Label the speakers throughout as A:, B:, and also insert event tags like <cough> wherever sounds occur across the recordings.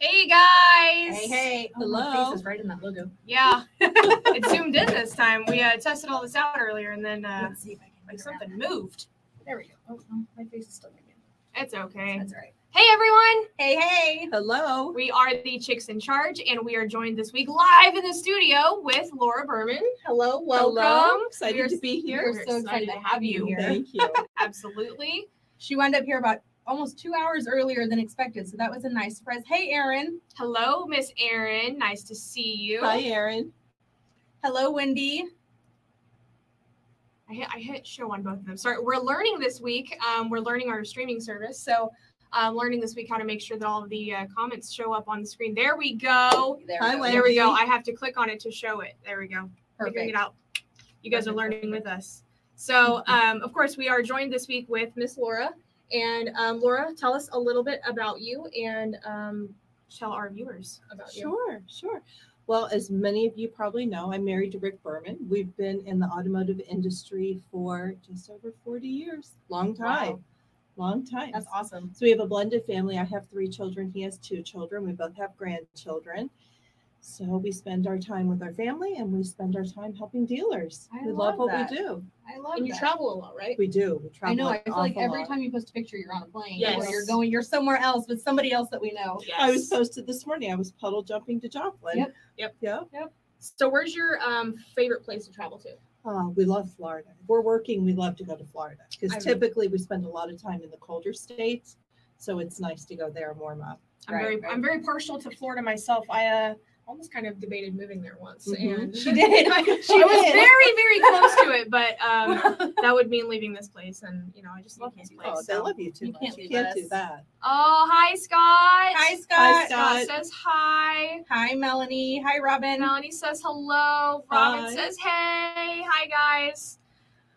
A: Hey guys!
B: Hey, hey.
A: Hello.
B: Oh, My face is right in that logo.
A: Yeah, <laughs> it zoomed in this time. We uh, tested all this out earlier, and then uh,
B: Let's see if I can
A: like
B: figure it out.
A: something moved.
B: There we go. Oh, no, my face is still moving.
A: It's okay.
B: That's all right.
A: Hey everyone!
B: Hey, hey. Hello.
A: We are the Chicks in Charge, and we are joined this week live in the studio with Laura Berman.
B: Hello.
A: Welcome.
C: Excited
A: We are-
C: to be
A: We're
C: here.
B: We're so excited to have you here.
C: Thank you.
B: <laughs>
A: Absolutely.
B: She wound up here about almost two hours earlier than expected, so that was a nice surprise. Hey, Erin.
A: Hello, Miss Erin. Nice to see you.
C: Hi, Erin.
B: Hello, Wendy.
A: I hit, I hit show on both of them. Sorry, we're learning this week. Um, we're learning our streaming service. So, um, learning this week how to make sure that all of the uh, comments show up on the screen. There we go.
B: There
C: Hi,
B: we go.
C: Wendy.
A: There we go. I have to click on it to show it. There we go. Figuring it
B: Perfect.
A: out. You guys are
B: Perfect,
A: learning with us. So, um, of course, we are joined this week with Miss Laura. And um, Laura, tell us a little bit about you and um, tell our viewers about you.
C: Sure, sure. Well, as many of you probably know, I'm married to Rick Berman. We've been in the automotive industry for just over 40 years. Long time.
A: Wow.
C: Long time.
B: That's awesome.
C: So we have a blended family. I have three children. He has two children. We both have grandchildren. So we spend our time with our family and we spend our time helping dealers.
B: I
C: we
B: love
C: love, what
B: that.
C: we do.
B: I love
A: And you
B: that.
A: travel a lot, right?
C: We do. We travel
B: I know.
C: an
B: I feel like
C: awful
B: every
C: lot.
B: time you post a picture, you're on a plane or
A: Yes.
B: you're going, you're somewhere else with somebody else that we know.
A: Yes.
C: I was posted this morning. I was puddle jumping to Joplin.
B: Yep.
A: Yep.
C: Yep.
A: So, where's your um, favorite place to travel to?
C: Uh, we love Florida. If we're working, we love to go to Florida
B: I
C: because
B: really-
C: typically we spend a lot of time in the colder states. So it's nice to go there and warm up.
A: I'm
B: Right,
A: very
B: right.
A: I'm very partial to Florida myself. I uh, almost kind of debated moving there once,
C: Mhm.
A: and
B: <laughs> She did.
A: I,
B: Mm-hmm. <laughs> She
A: I was
B: did. <laughs>
A: very very close to it, but um, that would mean leaving this place, and you know I just love this place.
C: Oh, they
A: so.
C: love you too
B: You
C: much.
B: can't
C: you
B: leave
C: can't
B: us.
C: do that.
A: Oh, hi Scott.
B: Hi,
C: Hi,
B: Scott.
C: Scott.
A: says hi.
B: Hi, Melanie. Hi, Robin.
A: Melanie says hello. Robin
C: Hi.
A: says hey. Hi guys.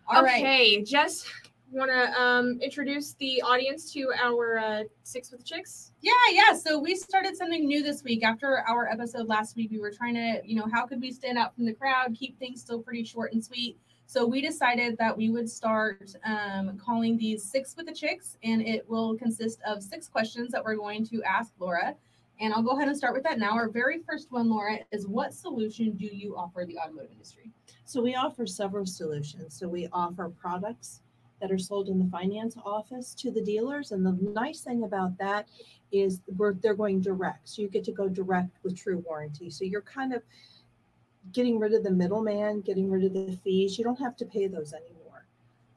B: All right.
A: okay, Jess, want to um, introduce the audience to our uh, six with the chicks?
B: Yeah, yeah. So we started something new this week. After our episode last week, we were trying to, you know, how could we stand out from the crowd, keep things still pretty short and sweet. So we decided that we would start um, calling these six with the chicks, and it will consist of six questions that we're going to ask Laura. And I'll go ahead and start with that now. Our very first one, Laura, is what solution do you offer the automotive industry?
C: So we offer several solutions. So we offer products that are sold in the finance office to the dealers. And the nice thing about that is we're, they're going direct. So you get to go direct with true warranty. So you're kind of getting rid of the middleman, getting rid of the fees. You don't have to pay those anymore.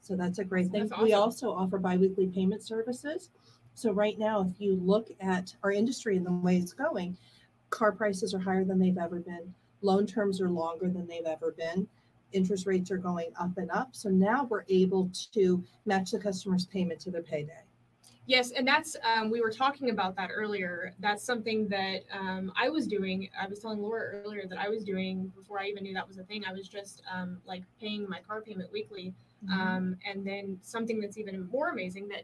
C: So that's a great thing.
A: That's
C: We
A: awesome.
C: also offer biweekly payment services. So right now, if you look at our industry and the way it's going, car prices are higher than they've ever been. Loan terms are longer than they've ever been. Interest rates are going up and up. So now we're able to match the customer's payment to their payday.
A: Yes, and that's um, we were talking about that earlier. That's something that um, I was doing. I was telling Laura earlier that I was doing before I even knew that was a thing. I was just um, like paying my car payment weekly,
C: Mm-hmm.
A: um, and then something that's even more amazing that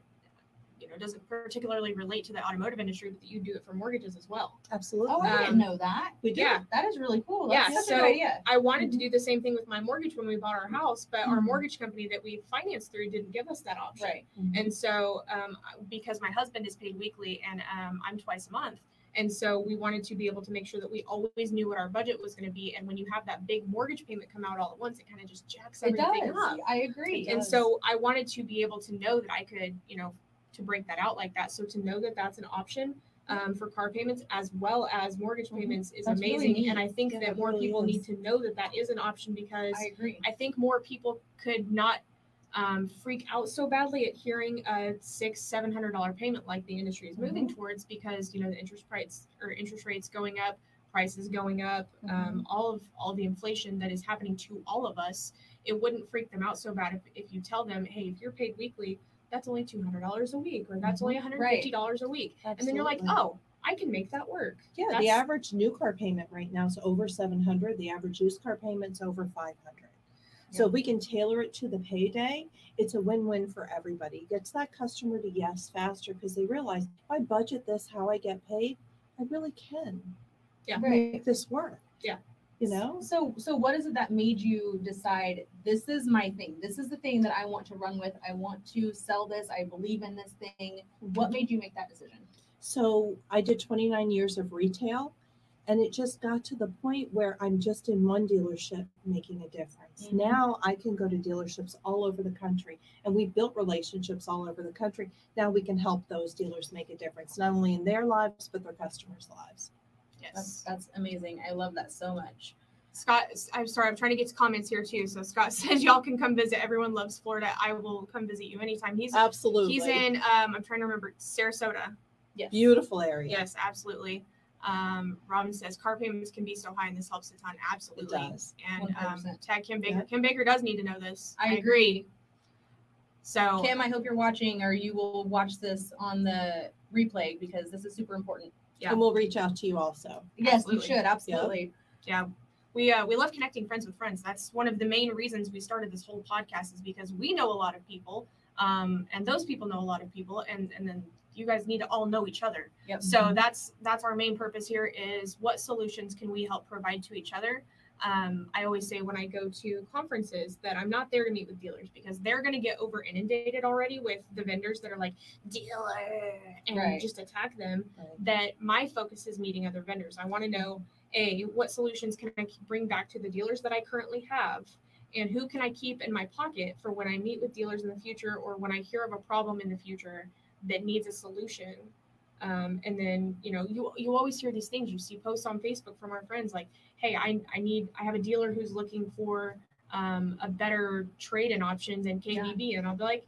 A: you know doesn't particularly relate to the automotive industry, but that you do it for mortgages as well.
C: Absolutely.
B: Oh, I didn't
A: Um,
B: know that.
C: we do.
A: yeah.
B: That is really cool.
A: Yeah,
B: That's such
A: so-
B: a good idea.
A: I wanted to do the same thing with my mortgage when we bought our house, but our
B: Mhm.
A: mortgage company that we financed through didn't give us that option.
B: Right.
A: And so, um, because my husband is paid weekly and um, I'm twice a month. And so we wanted to be able to make sure that we always knew what our budget was going to be. And when you have that big mortgage payment come out all at once, it kind of just jacks
B: It
A: everything
B: does.
A: up.
B: I agree.
C: It
A: And
C: does.
A: so I wanted to be able to know that I could, you know, to break that out like that. So to know that that's an option um, for car payments as well as mortgage
C: Mhm.
A: payments is
C: That's really
A: amazing.
C: neat.
A: and I think
C: Yeah,
A: that
C: it
A: more
C: really
A: people
C: is.
A: need to know that that is an option because
B: I agree.
A: I think more people could not um, freak out so badly at hearing a six, seven hundred dollar payment like the industry is moving towards because you know the interest rates or interest rates going up, prices going up, um, all of all the inflation that is happening to all of us. It wouldn't freak them out so bad if, if you tell them, hey, if you're paid weekly, that's only two hundred dollars a week, or that's only one hundred fifty dollars a week, and then you're like,
C: Absolutely.
A: oh, I can make that work.
C: Yeah, the
A: that's-
C: average new car payment right now is over seven hundred. The average used car payment's over five hundred. So if we can tailor it to the payday, it's a win-win for everybody. It Gets that customer to yes faster because they realize if I budget this how I get paid, I really can
A: Yeah.
B: Right.
C: make this work.
A: Yeah.
C: You know?
B: So so what is it that made you decide this is my thing? This is the thing that I Mm-hmm. want to run with. I want to sell this. I believe in this thing. What made you make that decision?
C: So I did 29 years of retail and it just got to the point where I'm just in one dealership making a difference.
A: Mm-hmm.
B: Mhm.
C: Now I can go to dealerships all over the country and we built relationships all over the country. Now we can help those dealers make a difference, not only in their lives, but their customers' lives.
B: That's,
A: Yes.
B: that's amazing. I love that so much.
A: Scott, I'm sorry, I'm trying to get to comments here too. So Scott <laughs> says y'all can come visit. Everyone loves Florida. I will come visit you anytime. He's
C: Absolutely.
A: he's in um I'm trying to remember Sarasota.
B: Yes.
C: beautiful area.
A: Yes, absolutely. Um, Robin says car payments can be so high and this helps a ton. Absolutely.
C: does.
A: And um,
B: 100%.
A: tag Kim Baker.
C: Yep.
A: Kim Baker does need to know this.
B: I
A: agree. So
B: Kim, I hope you're watching or you will watch this on the replay because this is super important.
A: Yeah.
C: And we'll reach out to you also.
B: Yes,
A: Absolutely.
B: you should. Absolutely.
A: we uh, we love connecting friends with friends. That's one of the main reasons we started this whole podcast is because we know a lot of people, um, and those people know a lot of people, and and then you guys need to all know each other.
B: Yep.
A: So that's that's our main purpose here is what solutions can we help provide to each other. Um, I always say when I go to conferences that I'm not there to meet with dealers because they're going to get over inundated already with the vendors that are like dealer and
B: Right.
A: just attack them
C: Right.
A: that my focus is meeting other vendors. I want to know a what solutions can I keep- bring back to the dealers that I currently have, and who can I keep in my pocket for when I meet with dealers in the future or when I hear of a problem in the future that needs a solution. Um, and then you know you you always hear these things. You see posts on Facebook from our friends like, "Hey, I I need I have a dealer who's looking for um, a better trade in option than KBB," and I'll be like,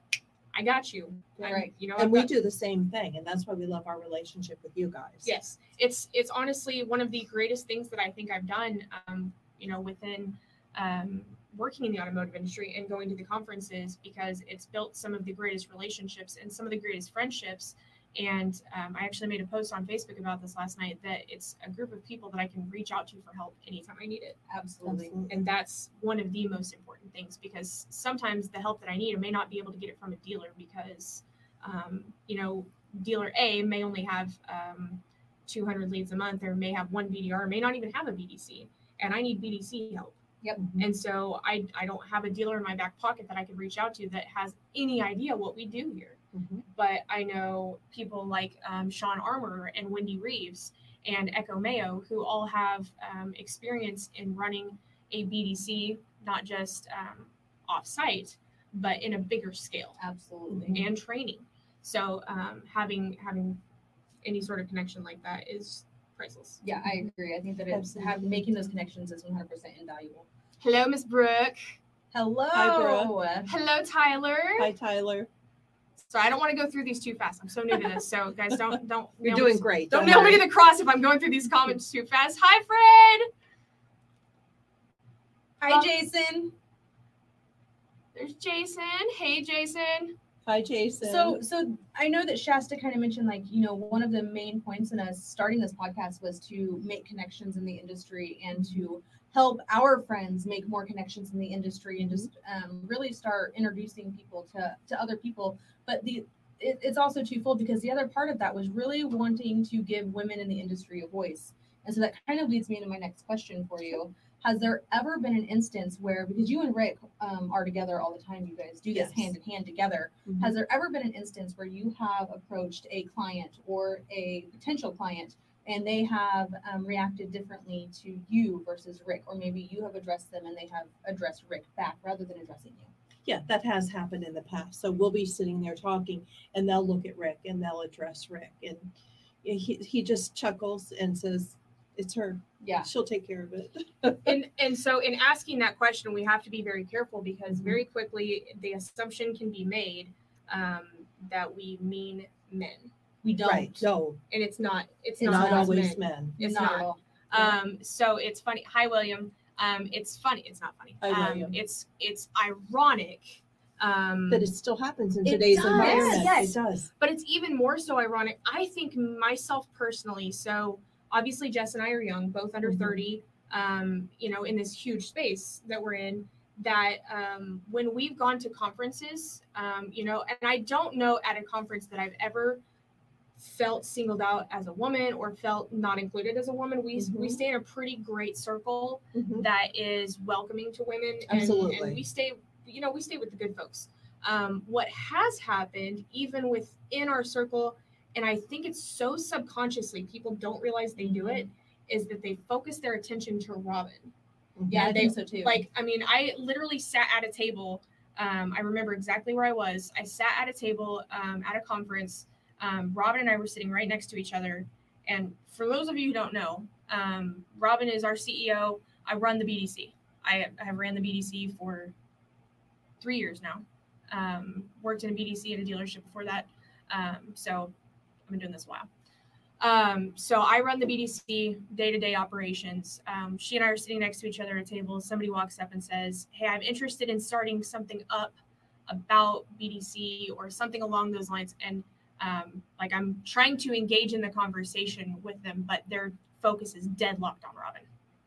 A: "I got you." I'm-
B: Right.
A: You know, I've
C: And we
A: got-
C: do the same thing. And that's why we love our relationship with you guys.
A: Yes, it's it's honestly one of the greatest things that I think I've done. Um, you know, within um, working in the automotive industry and going to the conferences because it's built some of the greatest relationships and some of the greatest friendships. And um, I actually made a post on Facebook about this last night that it's a group of people that I can reach out to for help anytime I need it.
B: Absolutely.
C: Absolutely.
A: And that's one of the most important things because sometimes the help that I need, I may not be able to get it from a dealer because, um, you know, dealer A may only have um, 200 leads a month or may have one BDR, may not even have a BDC. And I need BDC help.
C: Mhm.
A: And so I, I don't have a dealer in my back pocket that I could reach out to that has any idea what we do here
C: Mhm.
A: but I know people like um, Sean Armour and Wendy Reeves and Echo Mayo, who all have um, experience in running a BDC, not just um, offsite, but in a bigger scale
B: Absolutely.
A: and training. So um, having having any sort of connection like that is priceless.
B: Yeah, I agree. I think that it's
C: Absolutely.
B: have, making those connections is 100% invaluable.
A: Hello, Miss Brooke.
B: Hello.
C: Brooke.
A: Hello, Tyler.
C: Hi, Tyler.
A: So I don't want to go through these too fast. I'm so new to this. So guys, don't don't
C: You're
A: nail
C: doing
A: me-
C: great.
A: Don't
C: know
A: nail me to the cross if I'm going through these comments too fast. Hi, Fred.
B: Hi, Jason.
A: There's Jason. Hey, Jason.
C: Hi, Jason.
B: So, so I know that Shasta kind of mentioned, like, you know, one of the main points in us starting this podcast was to make connections in the industry and to help our friends make more connections in the industry and just um, really start introducing people to to other people. But the it, it's also twofold because the other part of that was really wanting to give women in the industry a voice, and so that kind of leads me into my next question for you. Has there ever been an instance where, because you and Rick um, are together all the time, you guys do this
C: Yes.
B: hand in hand together,
A: Mm-hmm.
C: Mhm.
B: has there ever been an instance where you have approached a client or a potential client and they have um, reacted differently to you versus Rick, or maybe you have addressed them and they have addressed Rick back rather than addressing you?
C: Yeah, that has happened in the past. So we'll be sitting there talking and they'll look at Rick and they'll address Rick and he, he just chuckles and says, it's her.
B: Yeah,
C: She'll take care of it.
A: And and so in asking that question, we have to be very careful because very quickly the assumption can be made um, that we mean men,
B: we don't.
C: <laughs> Right. No,
A: and it's not. It's,
C: not,
A: not, Mm-hmm.
C: always
A: men.
C: men.
A: It's
B: not,
A: not.
B: at all.
A: Um, so it's funny. Hi, William. Um, it's funny. It's not funny.
C: Hi,
A: um,
C: William.
A: it's it's ironic. Um,
C: But it still happens in
A: It
C: today's
A: does,
C: environment.
A: yes.
C: It does.
A: but it's even more so ironic. I think myself personally. So obviously, Jess and I are young, both under
C: Mhm.
A: thirty. Um, you know, in this huge space that we're in, that um, when we've gone to conferences, um, you know, and I don't know at a conference that I've ever felt singled out as a woman or felt not included as a woman. We we
C: Mhm.
A: stay in a pretty great circle
C: Mhm.
A: that is welcoming to women and,
C: Absolutely.
A: and we stay you know we stay with the good folks um, what has happened even within our circle and I think it's so subconsciously people don't realize they do it is that they focus their attention to Robin.
B: Yeah, I
A: they-
B: think so too.
A: Like, I mean, I literally sat at a table. Um, I remember exactly where I was. I sat at a table um, at a conference. Um, Robin and I were sitting right next to each other. And for those of you who don't know, um, Robin is our CEO. I run the BDC. I I have ran the BDC for three years now. Um, worked in a BDC at a dealership before that. Um, so I've been doing this a while. Um, so I run the BDC day to day operations. Um, she and I are sitting next to each other at a table. Somebody walks up and says, Hey, I'm interested in starting something up about BDC or something along those lines. And um, like I'm trying to engage in the conversation with them, but their focus is deadlocked on Robin.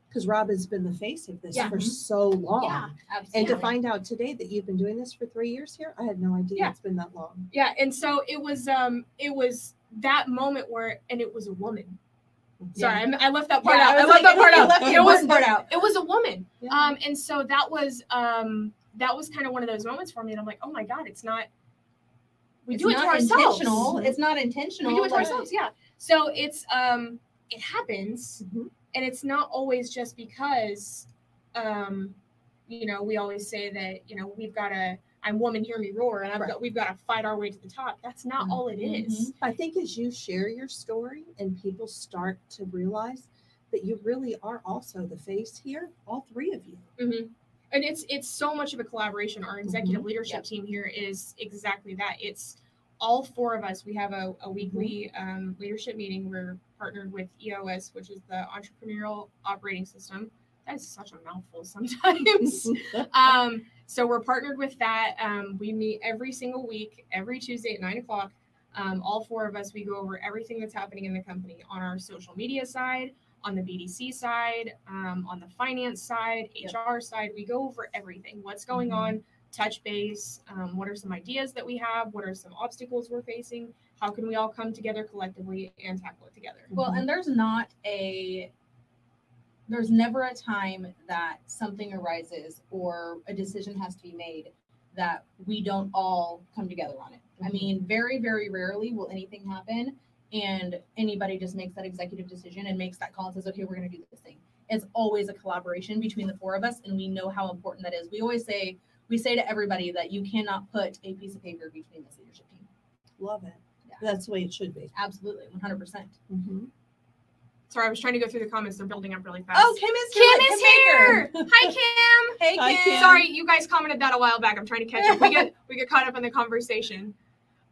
C: Because Robin's been the face of this
B: Yeah.
C: for so long.
A: Mm-hmm. Yeah.
C: And
B: absolutely.
C: to find out today that you've been doing this for three years here, I had no idea
A: Yeah.
C: it's been that long.
A: Yeah, and so it was um it was that moment where and it was a woman. Sorry, I'm- I left that part
B: Yeah,
A: out.
B: I
A: I,
B: was
A: left
B: like,
A: that part
B: you
A: out.
B: left the
A: <laughs> It was
B: important part out.
A: it was a woman.
C: Yeah.
A: Um, and so that was um that was kind of one of those moments for me, and I'm like, oh my god, it's not. We
B: It's
A: do it to
B: not
A: ourselves.
B: intentional. It's not
A: We
B: intentional.
A: do it to
B: like-
A: ourselves, yeah. So it's um it happens,
C: Mhm.
A: and it's not always just because, um, you know, we always say that you know we've got to. I'm woman, hear me roar, and I've
C: Right.
A: got we've got to fight our way to the top. That's not
C: Mhm.
A: all it is.
C: I think as you share your story and people start to realize that you really are also the face here, all three of you.
A: hmm And it's it's so much of a collaboration. Our executive leadership
B: Yep.
A: team here is exactly that. It's all four of us. We have a, a weekly um, leadership meeting. We're partnered with EOS, which is the Entrepreneurial Operating System. That is such a mouthful sometimes. um, so we're partnered with that. Um, we meet every single week, every Tuesday at nine o'clock. Um, all four of us, we go over everything that's happening in the company on our social media side, on the BDC side, um, on the finance side,
B: Yep.
A: HR side. We go over everything. What's going
C: Mhm.
A: on? Touch base. Um, what are some ideas that we have? What are some obstacles we're facing? How can we all come together collectively and tackle it together?
B: Well,
C: Mm-hmm.
B: and there's not a there's never a time that something arises or a decision has to be made that we don't all come together on it. I
C: Mhm.
B: mean, very very rarely will anything happen and anybody just makes that executive decision and makes that call and says, "Okay, we're going to do this thing." It's always a collaboration between the four of us and we know how important that is. We always say we say to everybody that you cannot put a piece of paper between this leadership team.
C: Mm-hmm. Love it.
B: Yeah.
C: That's the way it should be.
B: Absolutely, 100%.
C: Mhm.
A: Sorry, I was trying to go through the comments. They're building up really fast.
B: Oh, Kim is
A: Kim
B: here.
A: is
B: Kim
A: here.
B: Baker.
A: Hi, Kim.
B: Hey,
C: Hi,
B: Kim.
C: Kim.
A: Sorry, you guys commented that a while back. I'm trying to catch up. We get we get caught up in the conversation.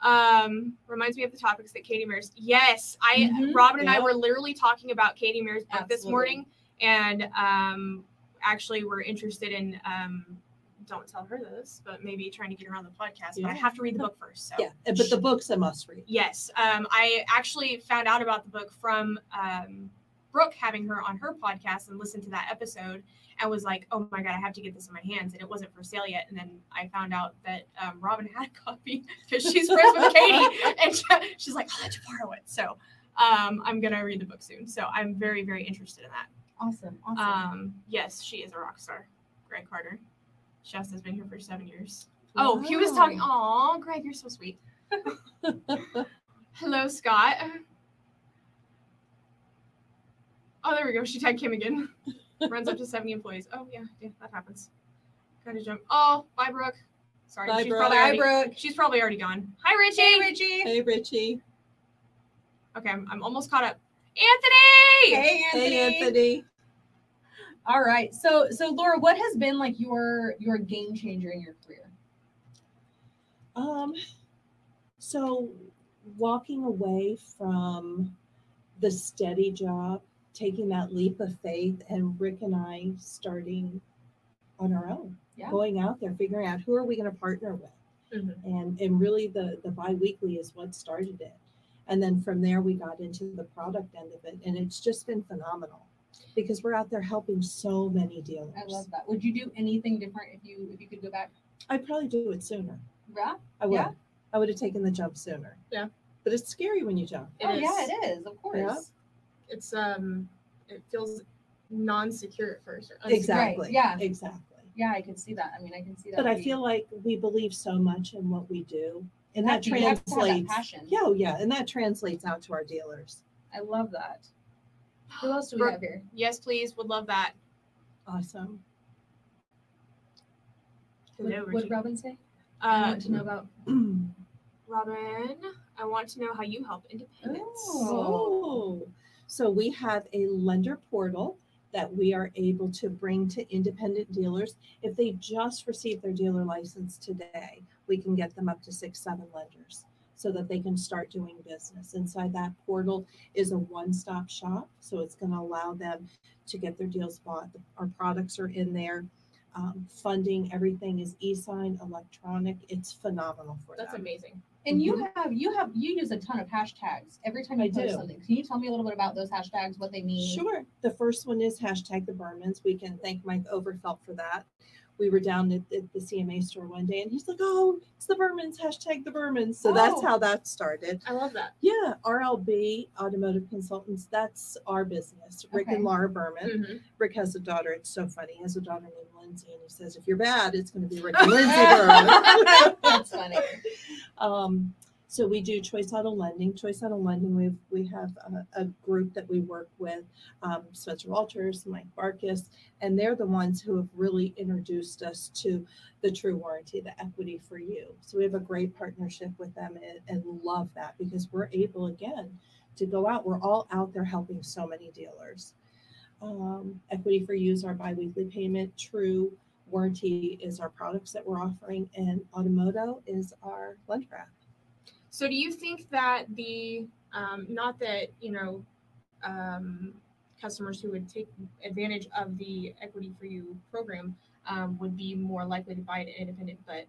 A: Um, reminds me of the topics that Katie Mears. Yes, I
B: Mhm.
A: Robin and I
C: Yeah.
A: were literally talking about Katie Mears book this
B: Absolutely.
A: morning, and um, actually we're interested in um, don't tell her this, but maybe trying to get her on the podcast. But I
C: Yeah.
A: have to read the book first. So
C: Yeah, but the book's a must read.
A: Yes. Um, I actually found out about the book from um, Brooke having her on her podcast and listened to that episode and was like, oh my God, I have to get this in my hands. And it wasn't for sale yet. And then I found out that um, Robin had a <laughs> copy because she's friends with Katie. And she- she's like, I'll let you borrow it. So um, I'm going to read the book soon. So I'm very, very interested in that.
B: Awesome. Awesome.
A: Um, yes, she is a rock star, Greg Carter. Chef has been here for seven years. Oh, he was talking. Oh, Greg, you're so
B: <laughs>
A: sweet. Hello, Scott. Oh, there we go. She tagged Kim again. Runs up to 70 employees. Oh, yeah, yeah, that happens. Kind of jump. Oh, bye, Brooke. Sorry,
C: Bye,
A: she's,
C: Brooke.
A: Probably
B: Bye,
A: already,
B: Brooke.
A: she's probably already gone. Hi, Richie.
B: Hey, Richie.
C: Hey, Richie.
A: Okay, I'm, I'm almost caught up. Anthony!
B: Hey, Anthony.
C: Hey, Anthony.
B: All right. So, so Laura, what has been like your your game changer in your career?
C: Um, so walking away from the steady job, taking that leap of faith, and Rick and I starting on our own,
B: Yeah. Mm-hmm.
C: going out there, figuring out who are we going to partner with. and and really the the biweekly is what started it and then from there we got into the product end of it and it's just been phenomenal because we're out there helping so many dealers
B: I love that. Would you do anything different if you if you could go back?
C: i'd probably do it sooner
B: Yeah.
C: i would
B: Yeah.
C: i would have taken the jump sooner
A: Yeah.
C: but it's scary when you jump
B: oh yeah, it is. Of course.
C: Yeah.
A: It's, um, it feels non-secure at first.
C: exactly
B: yeah.
C: exactly
B: Yeah, I can see that. I mean, I can see that.
C: but i
B: being-
C: feel like we believe so much in what we do And that
B: you have to have that
C: translates.
B: passion.
C: Yeah, oh, yeah, and that translates out to our dealers.
B: I love that. Who else do we
A: Brooke-
B: have here?
A: Yes, please. Would love that.
C: Awesome. <clears throat>
A: Hello,
B: What would
A: Richie.
B: Robin say? I
A: Uh,
B: want to know about.
A: Robin, I want to know how you help independents.
C: Oh. So we have a lender portal that we are able to bring to independent dealers. If they just received their dealer license today, we can get them up to six, seven lenders so that they can start doing business. Inside that portal is a one-stop shop, so it's going to allow them to get their deals bought. Our products are in there. Um, funding, everything is e-sign, electronic. It's phenomenal for
A: That's
C: them.
A: amazing.
B: And you have you have you use a ton of hashtags every time you
C: I
B: post
C: do.
B: something. Can you tell me a little bit about those hashtags? What they mean?
C: Sure. The first one is hashtag the Bermans. We can thank Mike Overfelt for that. We were down at, at the CMA store one day and he's like, oh, it's the Bermans, hashtag the Bermans. So that's
B: Oh.
C: how that started.
A: I love that.
C: Yeah, RLB Automotive Consultants, that's our business. Rick
B: Okay. Mm.
C: and Laura Berman.
A: Mhm.
C: Rick has a daughter. It's so funny. He has a daughter named Lindsay and he says, if you're bad, it's going to
B: <laughs>
C: be Rick and Lindsay Berman.
B: That's funny.
C: Um, so we do choice auto lending. Choice auto lending. We've we have a, a group that we work with, um, Spencer Walters, Mike Barkis, and they're the ones who have really introduced us to the true warranty, the equity for you. So we have a great partnership with them and, and love that because we're able again to go out. We're all out there helping so many dealers. Um, equity for you is our biweekly payment. True warranty is our products that we're offering, and Automoto is our lunch wrap.
A: So, do you think that the um, not that you know um, customers who would take advantage of the Equity for You program um, would be more likely to buy an independent, but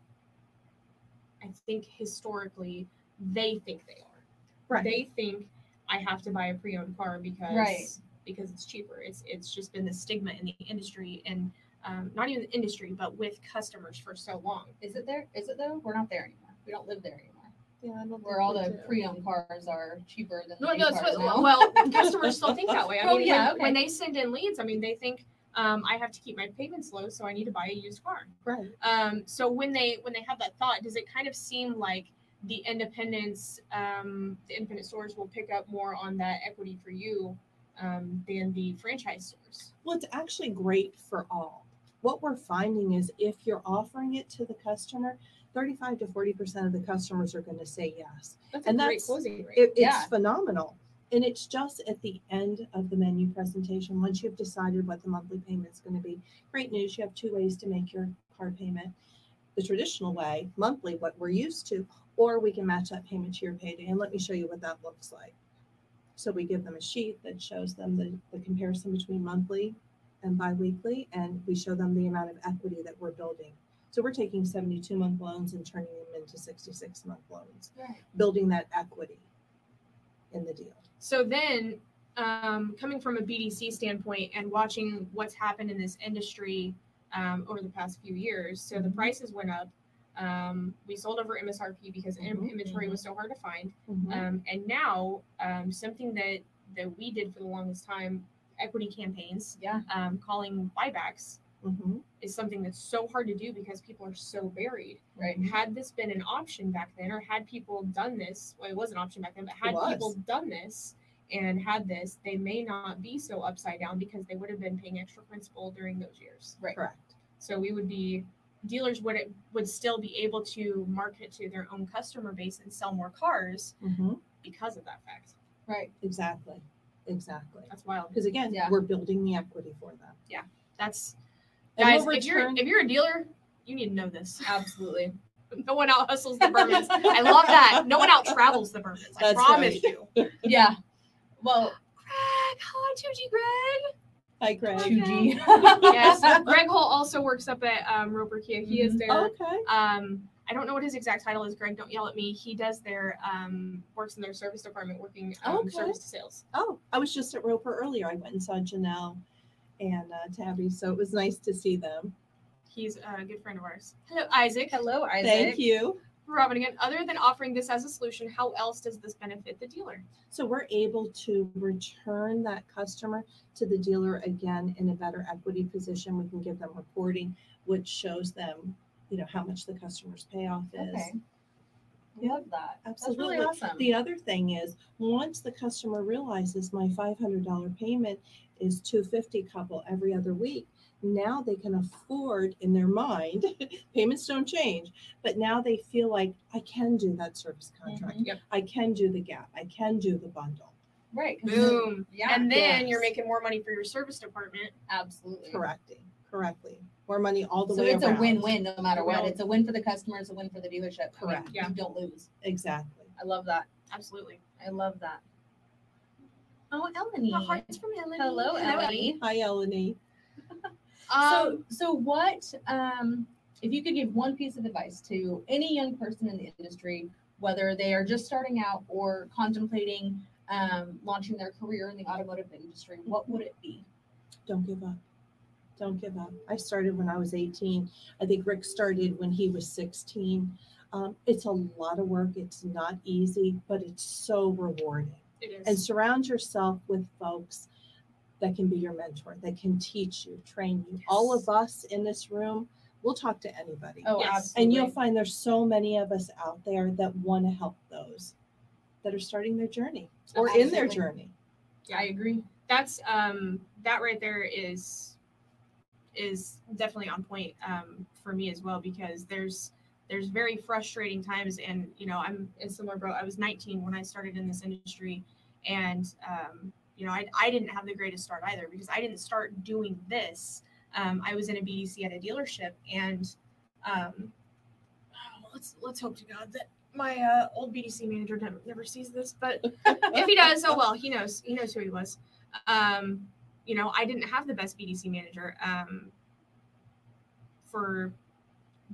A: I think historically they think they are.
C: Right.
A: They think I have to buy a pre-owned car because
B: Right.
A: because it's cheaper. It's it's just been the stigma in the industry and um, not even the industry, but with customers for so long.
B: Is it there? Is it though? We're not there anymore. We don't live there anymore.
C: Yeah, I don't
B: Where all the pre-owned cars are cheaper than the
A: No,
B: new
A: no, it's
B: cars
A: what,
B: now.
A: well, customers still think that way. I
B: Oh,
A: mean, when-
B: yeah,
A: when,
B: okay.
A: they send in leads, I mean, they think um, I have to keep my payments low, so I need to buy a used car.
C: right.
A: Um, so when they when they have that thought, does it kind of seem like the independents, um, the independent stores will pick up more on that equity for you um, than the franchise stores?
C: Well, it's actually great for all. What we're finding is if you're offering it to the customer, 35 to 40% of the customers are going to say yes.
A: That's
C: a And
A: a
C: great
A: great
C: that's-
A: closing rate.
C: It, it's
B: Yeah.
C: phenomenal. And it's just at the end of the menu presentation, once you've decided what the monthly payment's going to be. Great news, you have two ways to make your car payment the traditional way, monthly, what we're used to, or we can match that payment to your payday. And let me show you what that looks like. So we give them a sheet that shows them the, the comparison between monthly and biweekly, and we show them the amount of equity that we're building. So we're taking 72 month loans and turning them into 66 month loans
B: Right.
C: building that equity in the deal.
A: So then, um, coming from a BDC standpoint and watching what's happened in this industry um, over the past few years, so the prices went up. Um, we sold over MSRP because in-
C: Mhm.
A: inventory was so hard to find. Um, and now, um, something that that we did for the longest time, equity campaigns,
B: Yeah.
A: um, calling buybacks,
C: Mhm.
A: is something that's so hard to do because people are so buried
B: Right.
A: had this been an option back then, or had people done this, well, it was an option back then, but
C: It
A: had
C: was.
A: people done this and had this, they may not be so upside down because they would have been paying extra principal during those years.
C: Correct.
A: So we would be dealers would it would still be able to market to their own customer base and sell more cars
C: Mhm.
A: because of that fact.
B: Right.
C: Exactly. Exactly.
A: That's wild.
C: Because again,
B: Yeah.
C: we're building the equity for them.
A: That's
C: And
A: guys.
C: we'll
A: If you're
C: return-
A: if you're a dealer, you need to know this. <laughs>
B: Absolutely.
A: No one out hustles the
C: <laughs>
A: Burmans. I love that. No one out travels the Burmans. I
C: That's
A: promise
C: right. <laughs>
A: you.
B: Yeah. Well,
A: Greg, hi, 2G Greg.
C: Hi, Greg.
A: Okay.
B: 2G.
A: yes. Greg Hall also works up at um, Roper Kia. He
B: Mm-hmm.
A: is there.
C: <laughs>
B: Oh.
C: Okay.
A: Um, I don't know what his exact title is. Greg, don't yell at me. He does their um, works in their service department, working um,
C: Okay.
A: service to sales.
C: Oh, I was just at Roper earlier. I went and saw Janelle and uh, Tabby, so it was nice to see them.
A: He's a good friend of ours. Hello, Isaac.
B: <laughs> Hello, Isaac.
C: Thank you.
A: Robin again. Other than offering this as a solution, how else does this benefit the dealer?
C: So we're able to return that customer to the dealer again in a better equity position. We can give them reporting, which shows them, you know, how much the customer's payoff is.
B: Okay. I love that. That's
C: Absolutely.
B: really awesome.
C: The other thing is, once the customer realizes my five hundred dollar payment is two fifty couple every other week, now they can afford in their mind, <laughs> payments don't change, but now they feel like I can do that service contract.
B: Mhm.
C: I can do the gap. I can do the bundle.
B: Right. 'cause then-
A: Boom.
B: Mm-hmm. Yeah.
A: and then you're
C: yes.
A: making more money for your service department.
B: absolutely.
C: Correcting, correctly. More money all the
B: So
C: way
B: it's
C: around.
B: a win-win no matter what.
A: Correct.
B: It's a win for the customer. It's a win for the dealership. I mean,
C: Correct.
A: Yeah.
B: You don't lose.
C: Exactly.
B: I love that.
A: Absolutely.
B: I love that. Oh, Eleni.
A: The hearts from Melanie.
B: Hello, Eleni.
C: Hi, Eleni.
A: Um,
B: so, so what? Um, if you could give one piece of advice to any young person in the industry, whether they are just starting out or contemplating um, launching their career in the automotive industry, what would it be?
C: Don't give up. Don't give up. I started when I was 18. I think Rick started when he was 16. Um, it's a lot of work. It's not easy, but it's so rewarding.
A: it
C: And
A: is.
C: surround yourself with folks that can be your mentor, that can teach you, train you. All
B: Yes.
C: of us in this room, we'll talk to anybody.
B: Oh,
A: Yes.
C: and you'll
B: absolutely.
C: find there's so many of us out there that want to help those that are starting their journey or in their
B: Absolutely.
C: journey.
B: I agree.
A: That's um that right there is is definitely on point um for me as well because there's there's very frustrating times and you know I'm a similar bro. I was 19 when I started in this industry and um you know I, I didn't have the greatest start either because I didn't start doing this. Um, I was in a BDC at a dealership and um let's let's hope to God that my uh, old BDC manager never, never sees this, but if he does, oh well, he knows. He knows who he was. Um, you know, I didn't have the best BDC manager um, for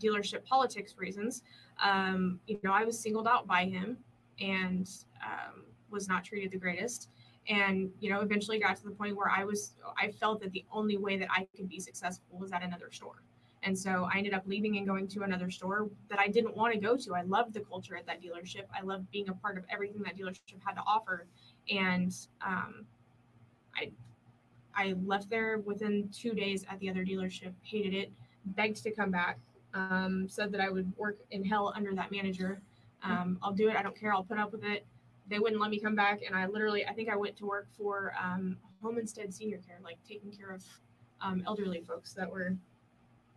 A: dealership politics reasons. Um, you know, I was singled out by him and um, was not treated the greatest. And you know, eventually got to the point where I was, I felt that the only way that I could be successful was at another store. And so I ended up leaving and going to another store that I didn't want to go to. I loved the culture at that dealership. I loved being a part of everything that dealership had to offer. And um, I I left there within two days at the other dealership, hated it, begged to come back, um, said that I would work in hell under that manager. Um, I'll do it. I don't care. I'll put up with it. They wouldn't let me come back. And I literally, I think I went to work for um, Home Instead Senior Care, like taking care of um, elderly folks that were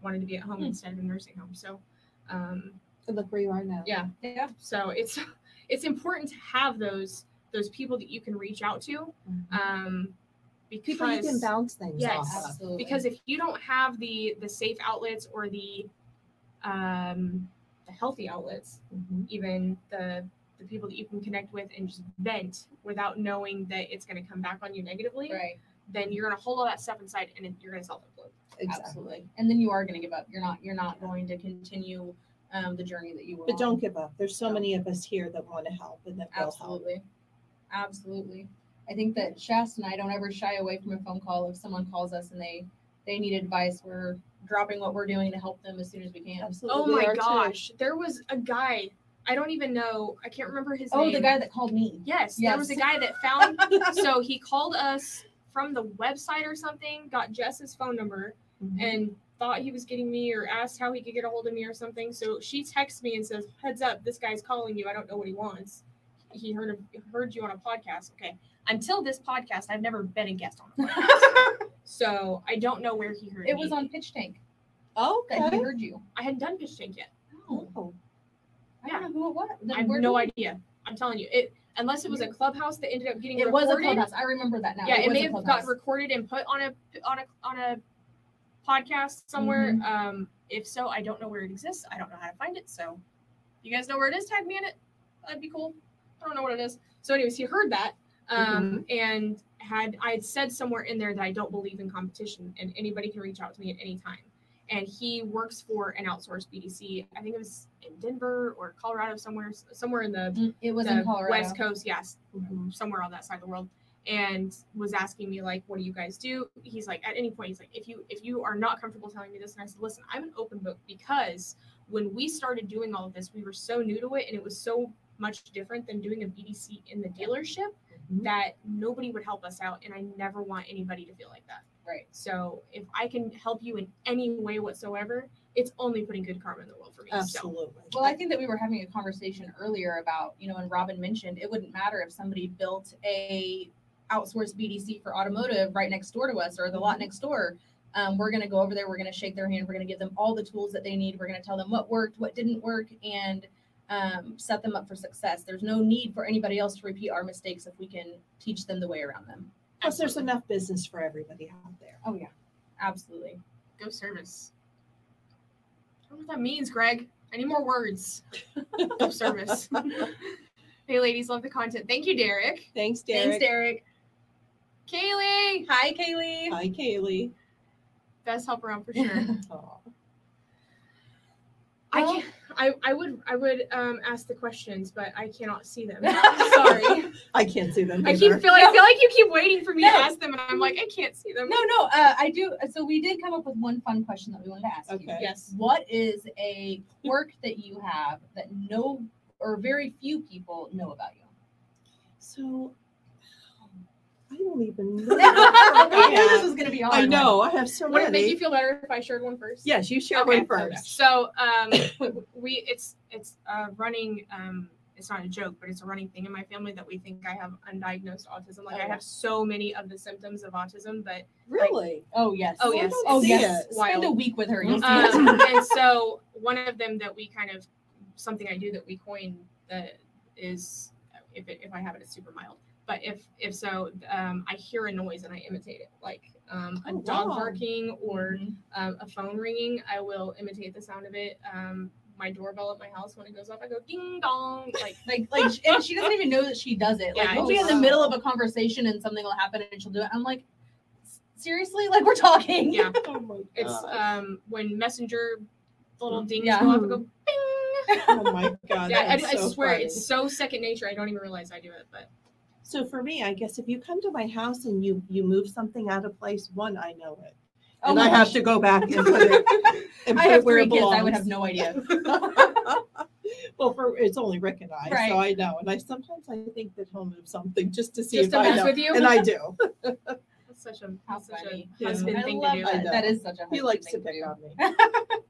A: wanted to be at home
B: Hmm.
A: instead of a nursing home. So, um,
C: And <laughs> look where you are now.
A: Yeah.
B: Yeah.
A: so it's <laughs> it's important to have those those people that you can reach out to,
C: Mhm.
A: um, because
C: People you can bounce things
A: Yes.
C: off of.
B: Absolutely.
A: because if you don't have the the safe outlets or the um, the healthy outlets,
C: Mhm.
A: even the the people that you can connect with and just vent without knowing that it's going to come back on you negatively,
B: right.
A: then you're going to hold all that stuff inside and then you're going to self implode.
C: Exactly.
B: Absolutely. And then you are going to give up. You're not. You're not going to continue um, the journey that you were.
C: But
B: on.
C: don't give up. There's so many of us here that want to help and that will help.
B: Absolutely. Absolutely. I think that Shasta and I don't ever shy away from a phone call if someone calls us and they they need advice. We're dropping what we're doing to help them as soon as we can.
C: Absolutely.
A: Oh
C: we
A: my
C: are too.
A: gosh, there was a guy. I don't even know. I can't remember his
B: Oh,
A: name.
B: the guy that called me.
A: Yes, there was a
B: Yes.
A: guy that
B: <laughs>
A: found. so he called us from the website or something, got Jess's phone number,
C: Mhm.
A: and thought he was getting me or asked how he could get a hold of me or something. So she texts me and says, "Heads up, this guy's calling you. I don't know what he wants. He heard of, heard you on a podcast. Okay, until this podcast, I've never been a guest on. A
B: <laughs>
A: podcast. so I don't know where he heard
B: It was
A: me.
B: on Pitch Tank that he
C: Okay.
B: heard you.
A: I hadn't done pitch tank yet.
B: Oh,
C: Oh,
B: I don't know who it was.
A: I have
B: Where-
A: no idea. I'm telling you, it unless it was a clubhouse that ended up getting
B: It was
A: recorded.
B: a clubhouse. I remember that now.
A: yeah, it,
B: was
A: may
B: a
A: have
B: clubhouse.
A: got recorded and put on a on a on a podcast somewhere.
B: Mm-hmm.
A: Um, if so, I don't know where it exists. I don't know how to find it. So, you guys know where it is? Tag me in it. That'd be cool. I don't know what it is. So, anyways, he heard that
B: Mm-hmm.
A: um, and had I had said somewhere in there that I don't believe in competition and anybody can reach out to me at any time. And he works for an outsourced BDC. I think it was in Denver or Colorado somewhere, somewhere in the
B: Mm, It was
A: the
B: in Colorado.
A: West Coast, yes,
C: Mhm.
A: somewhere on that side of the world, and was asking me like, "What do you guys do?" He's like, at any point, he's like, "If you if you are not comfortable telling me this," and I said, "Listen, I'm an open book because when we started doing all of this, we were so new to it, and it was so much different than doing a BDC in the dealership
C: Mhm.
A: that nobody would help us out, and I never want anybody to feel like that."
B: Right.
A: So if I can help you in any way whatsoever, it's only putting good karma in the world for me. So
C: Absolutely.
B: Well, I think that we were having a conversation earlier about, you know, and Robin mentioned it wouldn't matter if somebody built a outsourced BDC for automotive right next door to us or the lot next door. Um, we're going to go over there. We're going to shake their hand. We're going to give them all the tools that they need. We're going to tell them what worked, what didn't work, and um, set them up for success. There's no need for anybody else to repeat our mistakes if we can teach them the way around them.
C: Plus, there's
A: absolutely.
C: enough business for everybody out there.
B: Oh yeah, absolutely.
A: go service. I don't know what that means, Greg. I need more
B: <laughs>
A: words. go service. <laughs> hey, ladies, love the content. Thank you, Derek.
C: Thanks, Derek.
B: Thanks, Derek.
A: Kaylee,
B: Hi, Kaylee.
C: Hi, Kaylee.
A: best help around for
B: <laughs>
A: sure.
C: Aw.
A: I
B: Well-
A: can't. I, I would I would um, ask the questions, but I cannot see
B: <laughs>
A: them. Sorry.
C: I can't see them.
A: I keep
C: either.
A: feel I feel like you keep waiting for me
B: No.
A: to ask them, and I'm like I can't see them.
B: No, no, uh, I do. So we did come up with one fun question that we wanted to ask you.
C: Okay.
A: Yes.
B: What is a quirk that you have that no or very few people know about you?
C: So um, I don't even know.
B: I knew this
C: I,
B: was going to be hard.
C: I know. I have so
A: Would it make
C: many.
A: you feel better if I shared one first?
C: yes, you share
A: Okay,
C: one first.
A: So um, <coughs> we it's it's a running um, it's not a joke, but it's a running thing in my family that we think I have undiagnosed autism. Like
B: Oh,
A: I
B: wow.
A: have so many of the symptoms of autism, but
C: Really?
B: Oh yes.
A: Oh, yes.
B: Oh
C: See
B: yes.
C: it.
B: Spend a
A: Wild.
B: week with her. You'll see
A: um,
C: <laughs>
B: it.
A: and so one of them that we kind of something I do that we coin that is if it, if I have it, it's super mild. But if if so, um, I hear a noise and I imitate it, like um, a
C: Oh,
A: dog
C: wow. Mm-hmm.
A: barking or um, a phone ringing. I will imitate the sound of it. Um, my doorbell at my house when it goes off, I go ding dong.
C: <laughs>
A: Like
B: <laughs> Like, like, sh- and she doesn't even know that she does it. Like,
A: Yeah,
B: we'll
A: I
B: be in
A: just-
B: the middle of a conversation and something will happen and she'll do it. I'm like, "S- seriously? Like, we're talking.
A: yeah,
C: Oh my god.
A: it's um, when messenger little
C: Mm-hmm.
A: dings
B: Yeah.
A: go off, I
C: <laughs>
A: go bing.
C: oh my god.
A: Yeah, I,
C: that's
A: I
C: Oh, so
A: swear
C: funny.
A: it's so second nature. I don't even realize I do it, but
C: So for me, I guess if you come to my house and you you move something out of place, one, I know it,
B: <laughs> Oh
C: and
B: my
C: I have
B: gosh.
C: to go back and put it. And
B: I
C: put
B: have
C: it where
B: three
C: it
B: kids.
C: belongs.
B: I would have no idea.
A: <laughs>
C: well, for it's only Rick and I,
B: Right.
C: so I know. And I sometimes I think that he'll move something just to see
A: just
C: if
A: to
C: I
A: mess
C: know,
A: with you.
C: and I do.
A: That's such a
B: How
A: that's such
B: funny.
A: a
C: Yeah.
A: husband
B: I
A: thing
B: love
A: to do.
C: I
B: that.
C: know.
B: That is such a
C: He
B: husband
C: likes to
B: thing
C: pick
B: do.
C: on me.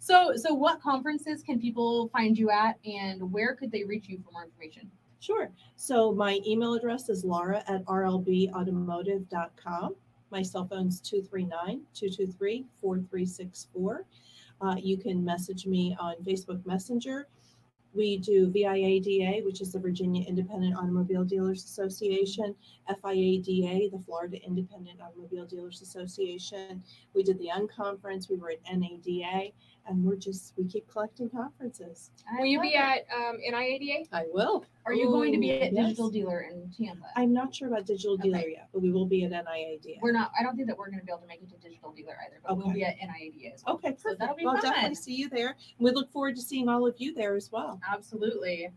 B: So, so what conferences can people find you at, and where could they reach you for more information?
C: Sure. So my email address is laura at rlbautomotive.com. My cell phone's 239 223 4364. Uh, You can message me on Facebook Messenger. We do VIADA, which is the Virginia Independent Automobile Dealers Association, FIADA, the Florida Independent Automobile Dealers Association. We did the UN conference, we were at NADA, and we're just, we keep collecting conferences.
B: I
A: Will you
B: love
A: be
B: it.
A: at um, NIADA?
C: I will.
B: Are you going to be
C: Ooh,
B: at
C: yes.
B: Digital Dealer in Tampa?
C: I'm not sure about digital
B: Okay.
C: dealer yet, but we will be at NIADA.
B: We're not. I don't think that we're going to be able to make it to Digital Dealer either, but we'll
C: Okay.
B: be at NIADA as well.
C: Okay,
B: So
C: perfect.
B: that'll be
C: Well, I'll
B: fun.
C: definitely see you there. We look forward to seeing all of you there as well.
B: Oh. Absolutely.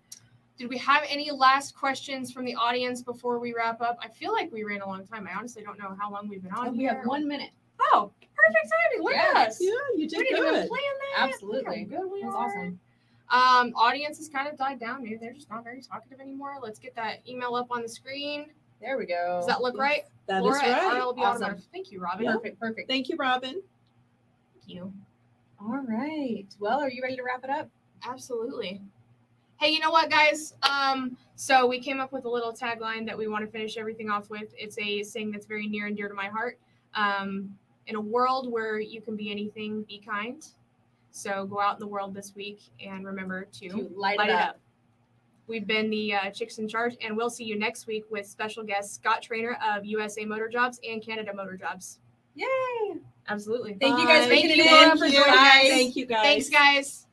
A: Did we have any last questions from the audience before we wrap up? I feel like we ran a long time. I honestly don't know how long we've been on.
B: And we
A: here.
B: have one minute.
A: Oh, perfect timing. Look at us.
C: Yeah, you
A: We
C: did
A: didn't even plan
C: good.
A: that.
B: Absolutely.
A: Look how good we
B: That's
A: are.
B: awesome.
A: Um, audience has kind of died down. Maybe they're just not very talkative anymore. Let's get that email up on the screen.
B: There we go.
A: Does that look right?
C: That is
A: Laura at
C: right.
A: RLB
B: Awesome.
A: Automotive. Thank you, Robin. Thank
B: perfect? Perfect.
C: Thank you, Robin.
A: you.
B: All right. Well, are you ready to wrap it up?
A: Absolutely. Hey, you know what, guys? Um, so we came up with a little tagline that we want to finish everything off with. It's a saying that's very near and dear to my heart. Um, in a world where you can be anything, be kind. So go out in the world this week and remember to
B: You light,
A: light it up. We've been the uh, Chicks in Charge, and we'll see you next week with special guest Scott Trainer of USA Motor Jobs and Canada Motor Jobs.
B: Yay!
A: Absolutely.
B: Thank you guys
C: Bye.
B: for
A: Thank
B: tuning
A: you,
B: in.
A: Laura, for joining us.
C: Thank you, guys.
A: Thanks, guys.